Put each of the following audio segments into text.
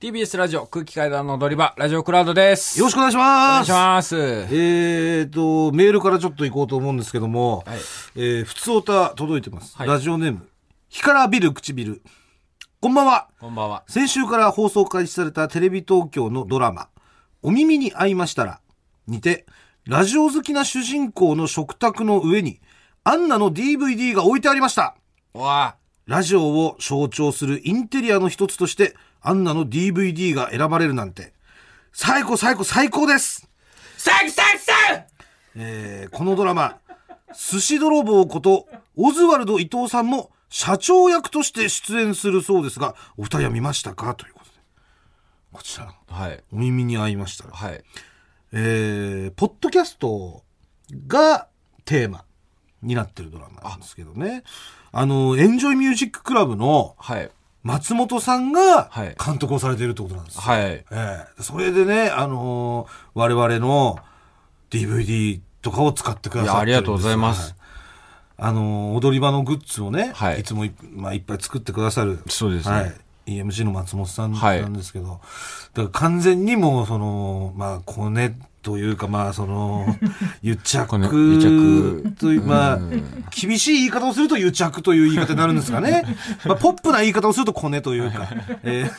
TBS ラジオ空気階段の踊り場、ラジオクラウドです。よろしくお願いしお願まいすします。えーと、メールからちょっと行こうと思うんですけども、はいえー普通歌届いてます。はいラジオネーム、干からびる唇。こんばんは。こんばんは。先週から放送開始されたテレビ東京のドラマ、お耳に合いましたら、にて、ラジオ好きな主人公の食卓の上に、アンナの DVD が置いてありました。うわラジオを象徴するインテリアの一つとして、アンナの DVD が選ばれるなんて、最高最高最高ですサクサクサクえーこのドラマ、寿司泥棒こと、オズワルド伊藤さんも社長役として出演するそうですが、お二人は見ましたかということで。こちら、はい。お耳に合いましたら。はい。えーポッドキャストがテーマになってるドラマなんですけどね。あの、エンジョイミュージッククラブのはい。松本さんがはい監督をされているってことなんですよはい。ええそれでね、あのー我々の DVD とかを使ってくださってるんでいすよやありがとうございますはあのー踊り場のグッズをね、はいい、つもい,、まあ、いっぱい作ってくださる。そうですねはい。EMC の松本さんはいなんですけど、だから完全にもう、その、まあ、コネというか、まあ、そ の、癒コネ着癒着という、まあ、厳しい言い方をすると癒着という言い方になるんです かね。まあ、ポップな言い方をするとコネというか、え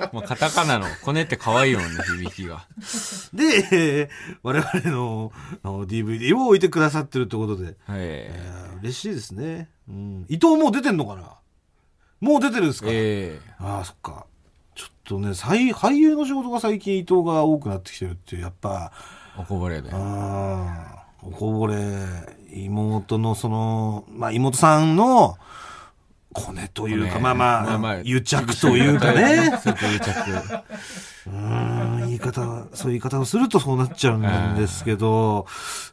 ーもうカタカナの、コネって可愛いもんね、響きが。で、 えー我々のあの DVD を置いてくださってるってことで、はい。いやー嬉しいですね。うん。伊藤もう出てんのかなもう出てるんですか、ええああ、そっか。ちょっとね、最俳優の仕事が最近伊藤が多くなってきてるっていう、やっぱ、おこぼれで。ああ、おこぼれ、妹のその、まあ妹さんの、コネというコか、ネまあまあままああ、癒着という かね。そういう癒着。うん言い方、そういう言い方をするとそうなっちゃうんですけど、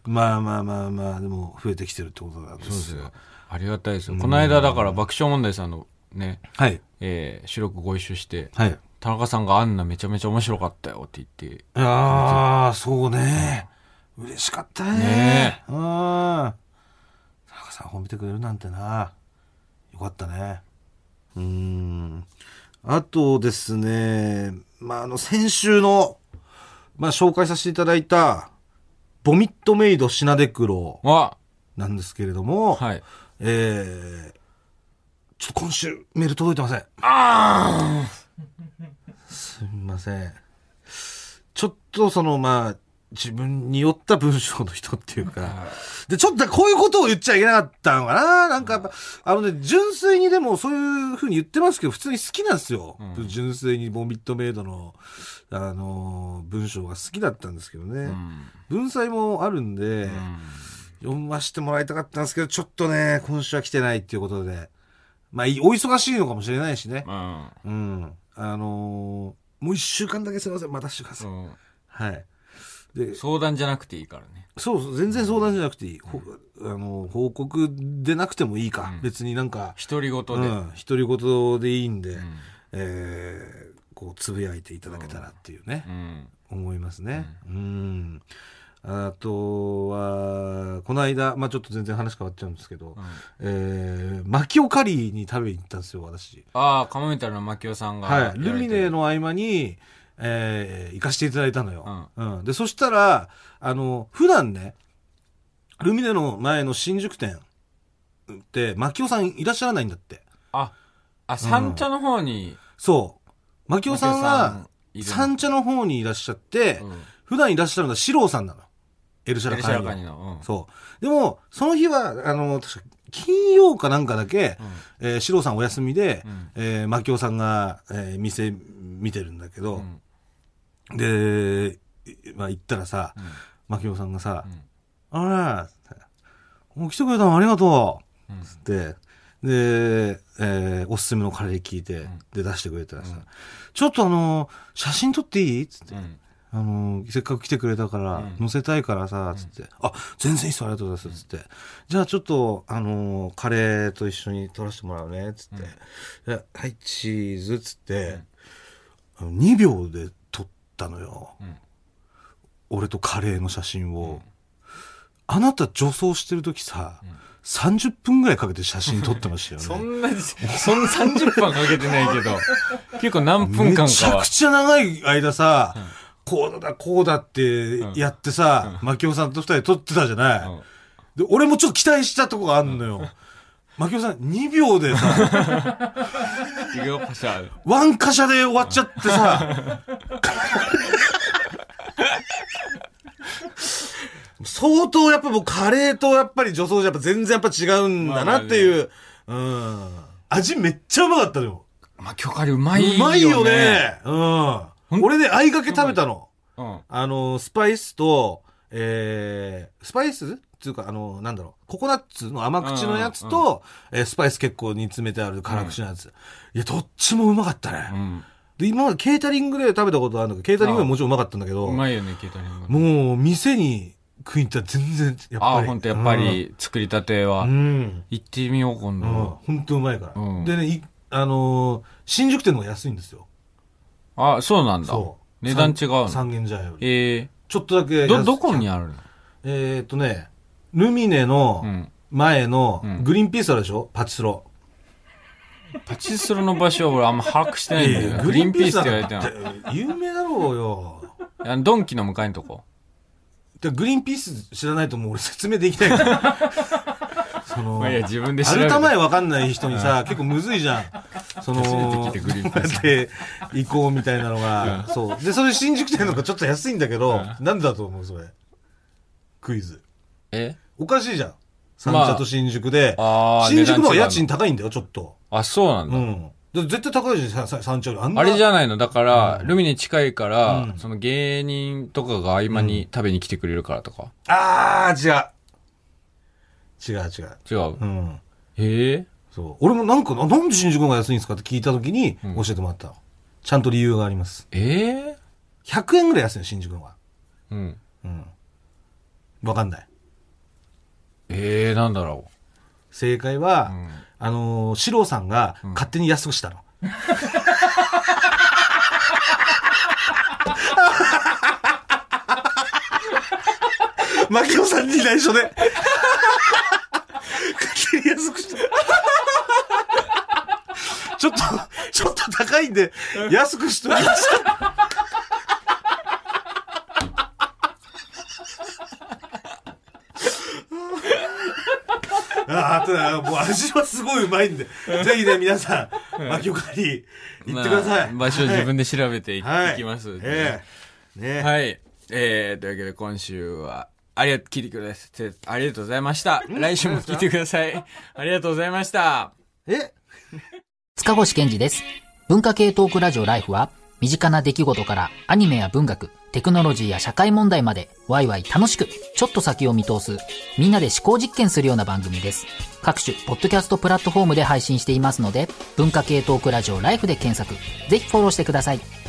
まあまあまあまあ、でも増えてきてるってことなんでそうですすよよ。ありがたいですよ。この間だから爆笑問題さんのね、はい。えー、白くご一緒して、はい。田中さんがあんなめちゃめちゃ面白かったよって言って、ああ、そうね。嬉しかったね。ねうん。田中さん褒めてくれるなんてな。よかったね。うん。あとですね、まあ、あの、先週の、まあ、紹介させていただいた、ボミットメイドシナデクロあなんですけれども、はい。えー、ちょっと今週メール届いてません。あすみません。ちょっとそのまあ、自分に酔った文章の人っていうか、で、ちょっとこういうことを言っちゃいけなかったのかななんかやっぱ、あのね、純粋にでもそういう風に言ってますけど、普通に好きなんですよ。うん純粋にボミットメイドの、あのー文章が好きだったんですけどね。あうん。文才もあるんで、読ませてもらいたかったんですけど、ちょっとね、今週は来てないっていうことで。まあ、いお忙しいのかもしれないしねう。ん。うん。あのーもう一週間だけすいません、待たしてください。うん。はい。で、相談じゃなくていいからね。そうそう、全然相談じゃなくていい。ほあのー報告でなくてもいいか。うん別になんか、独り言で。うん、独り言でいいんで、うんえーこう、つぶやいていただけたらっていうねう、ん。思いますね。うん。あとは、この間、まあちょっと全然話変わっちゃうんですけど、うんえー、マキオカリーに食べに行ったんですよ、私。ああ、カモメンタルの牧雄さんが。はい、ルミネの。の合間に、えー行かせていただいたのよ、ううんでそしたらあの普段ねルミネの前の新宿店って牧雄さんいらっしゃらないんだってあ、あ、三茶の方に、そう牧雄さんは牧雄さんい三茶の方にいらっしゃって、るの。うん普段いらっしゃるのは四郎さんなのエルシャエラルシャカラカニニの。うんそうでもその日はあの確か金曜かなんかだけ、えー、四郎さんお休みで、うんえー、牧雄さんが、えー店見てるんだけうど、ん。うん。で、いまあ、行ったらさ、うん牧雄さんがさう、んあら、もう来てくれたのありがとうんうって、で、えーおすすめのカレー聞いて、で、出してくれたらさ、うんちょっとあの、写真撮っていいつって、うんあの、せっかく来てくれたから、うん載せたいからさ、つって、あ、全然いいっす、ありがとうございます、つって、じゃあちょっと、あの、カレーと一緒に撮らせてもらうね、つって、ではい、チーズ、つって、あの2秒で撮ったのよ。うん俺とカレーの写真を、あなた女装してる時さ、ん30分ぐらいかけて写真撮ってましたよ ね。そんな、そんな30分はかけてないけど、結構何分め間ちかゃはく。ちゃ長い間さ、こうだ、こうだってやってさ、牧雄さんと二人で撮ってたじゃない、うんで、俺もちょっと期待したとこがあんのよ。牧雄さん、2秒でさ、 いくよ、パシャ。ワンカシャで終わっちゃってさ、 相当やっぱもうカレーとやっぱり女装じゃやっぱ全然やっぱ違うんだなっていう、うん。味めっちゃうまかったのよ。まあ、許可でうまいよね。うまいよ。ね。うん。俺ね、あいがけ食べたの。うん。あの、スパイスと、えー、スパイスっていうか、あの、なんだろう、ココナッツの甘口のやつと、えースパイス結構煮詰めてある辛口のやつ。いや、どっちもうまかったね。うん。で、今までケータリングで食べたことあるんだけど、ケータリングはもちろんうまかったんだけど、うまいよね、ケータリング。もう、店に食いに行ったら全然、やあっぱあ、り。ほんと、やっぱり、作りたてうはん。う。ん。行ってみよう、今うん度。ほんとうまいから。うんでね、いあのー新宿店の方が安いんですよ。あ、そうなんだ。そう。値段違うの三軒茶屋より。えちょっとだけえ安い。ど、どこにあるのえーっとね、ルミネのうん前のうんグリーンピースあるでしょパチスロ。パチスロの場所は俺あんま把握してないんだよいやいな。やグリーンピースって言われてなんるかだって有名だろうよ。あのドンキの向かいのとこ。でグリーンピース知らないともう俺説明できな いから。その、まあいや自分で調べてアルタ前わかんない人にさ、結構むずいじゃん。その、初めて聞いたグリーンピースで行こうみたいなのが、そう。で、それ新宿店の方がちょっと安いんだけど、なんでだと思うそれ。クイズ。えおかしいじゃん。三茶と新宿で。あー新宿の方が値段違う家の賃高いんだよ、ちょっと。あ、そうなんだ。うん。だって絶対高いじゃん、ささ山頂より。あんなあれじゃゃないのだから、ルミネ近いから、うんその芸人とかが合間に食べに来てくれるからとか。あー、違う。違う、違う。違う。うん。へえそう。俺もなんか、ななんで新宿の方が安いんですかって聞いた時にうん教えてもらったの。ちゃんと理由があります。ええ100円ぐらい安いの、新宿の方が。うん。うん。わかんない。ええなんだろ正解う。うは、ん。あのー、四郎さんがうん勝手に安くしたの。マキオさんに内緒で。勝手に安くした。ちょっと、ちょっと高いんで、安くしときました。 ああとだ、もう味はすごいうまいんで。ぜひね、皆さん、マキオカに行ってください。まあ場所を自分で調べてい,、はい。きます。ええねえ。はい。えー、というわけで今週は、ありがとう、聞いてくださって、ありがとうございました。来週も聞いてください。ありがとうございました。え塚越健二です。文化系トークラジオライフは、身近な出来事からアニメや文学、テクノロジーや社会問題まで、ワイワイ楽しく、ちょっと先を見通す、みんなで思考実験するような番組です。各種、ポッドキャストプラットフォームで配信していますので、文化系トークラジオライフで検索、ぜひフォローしてください。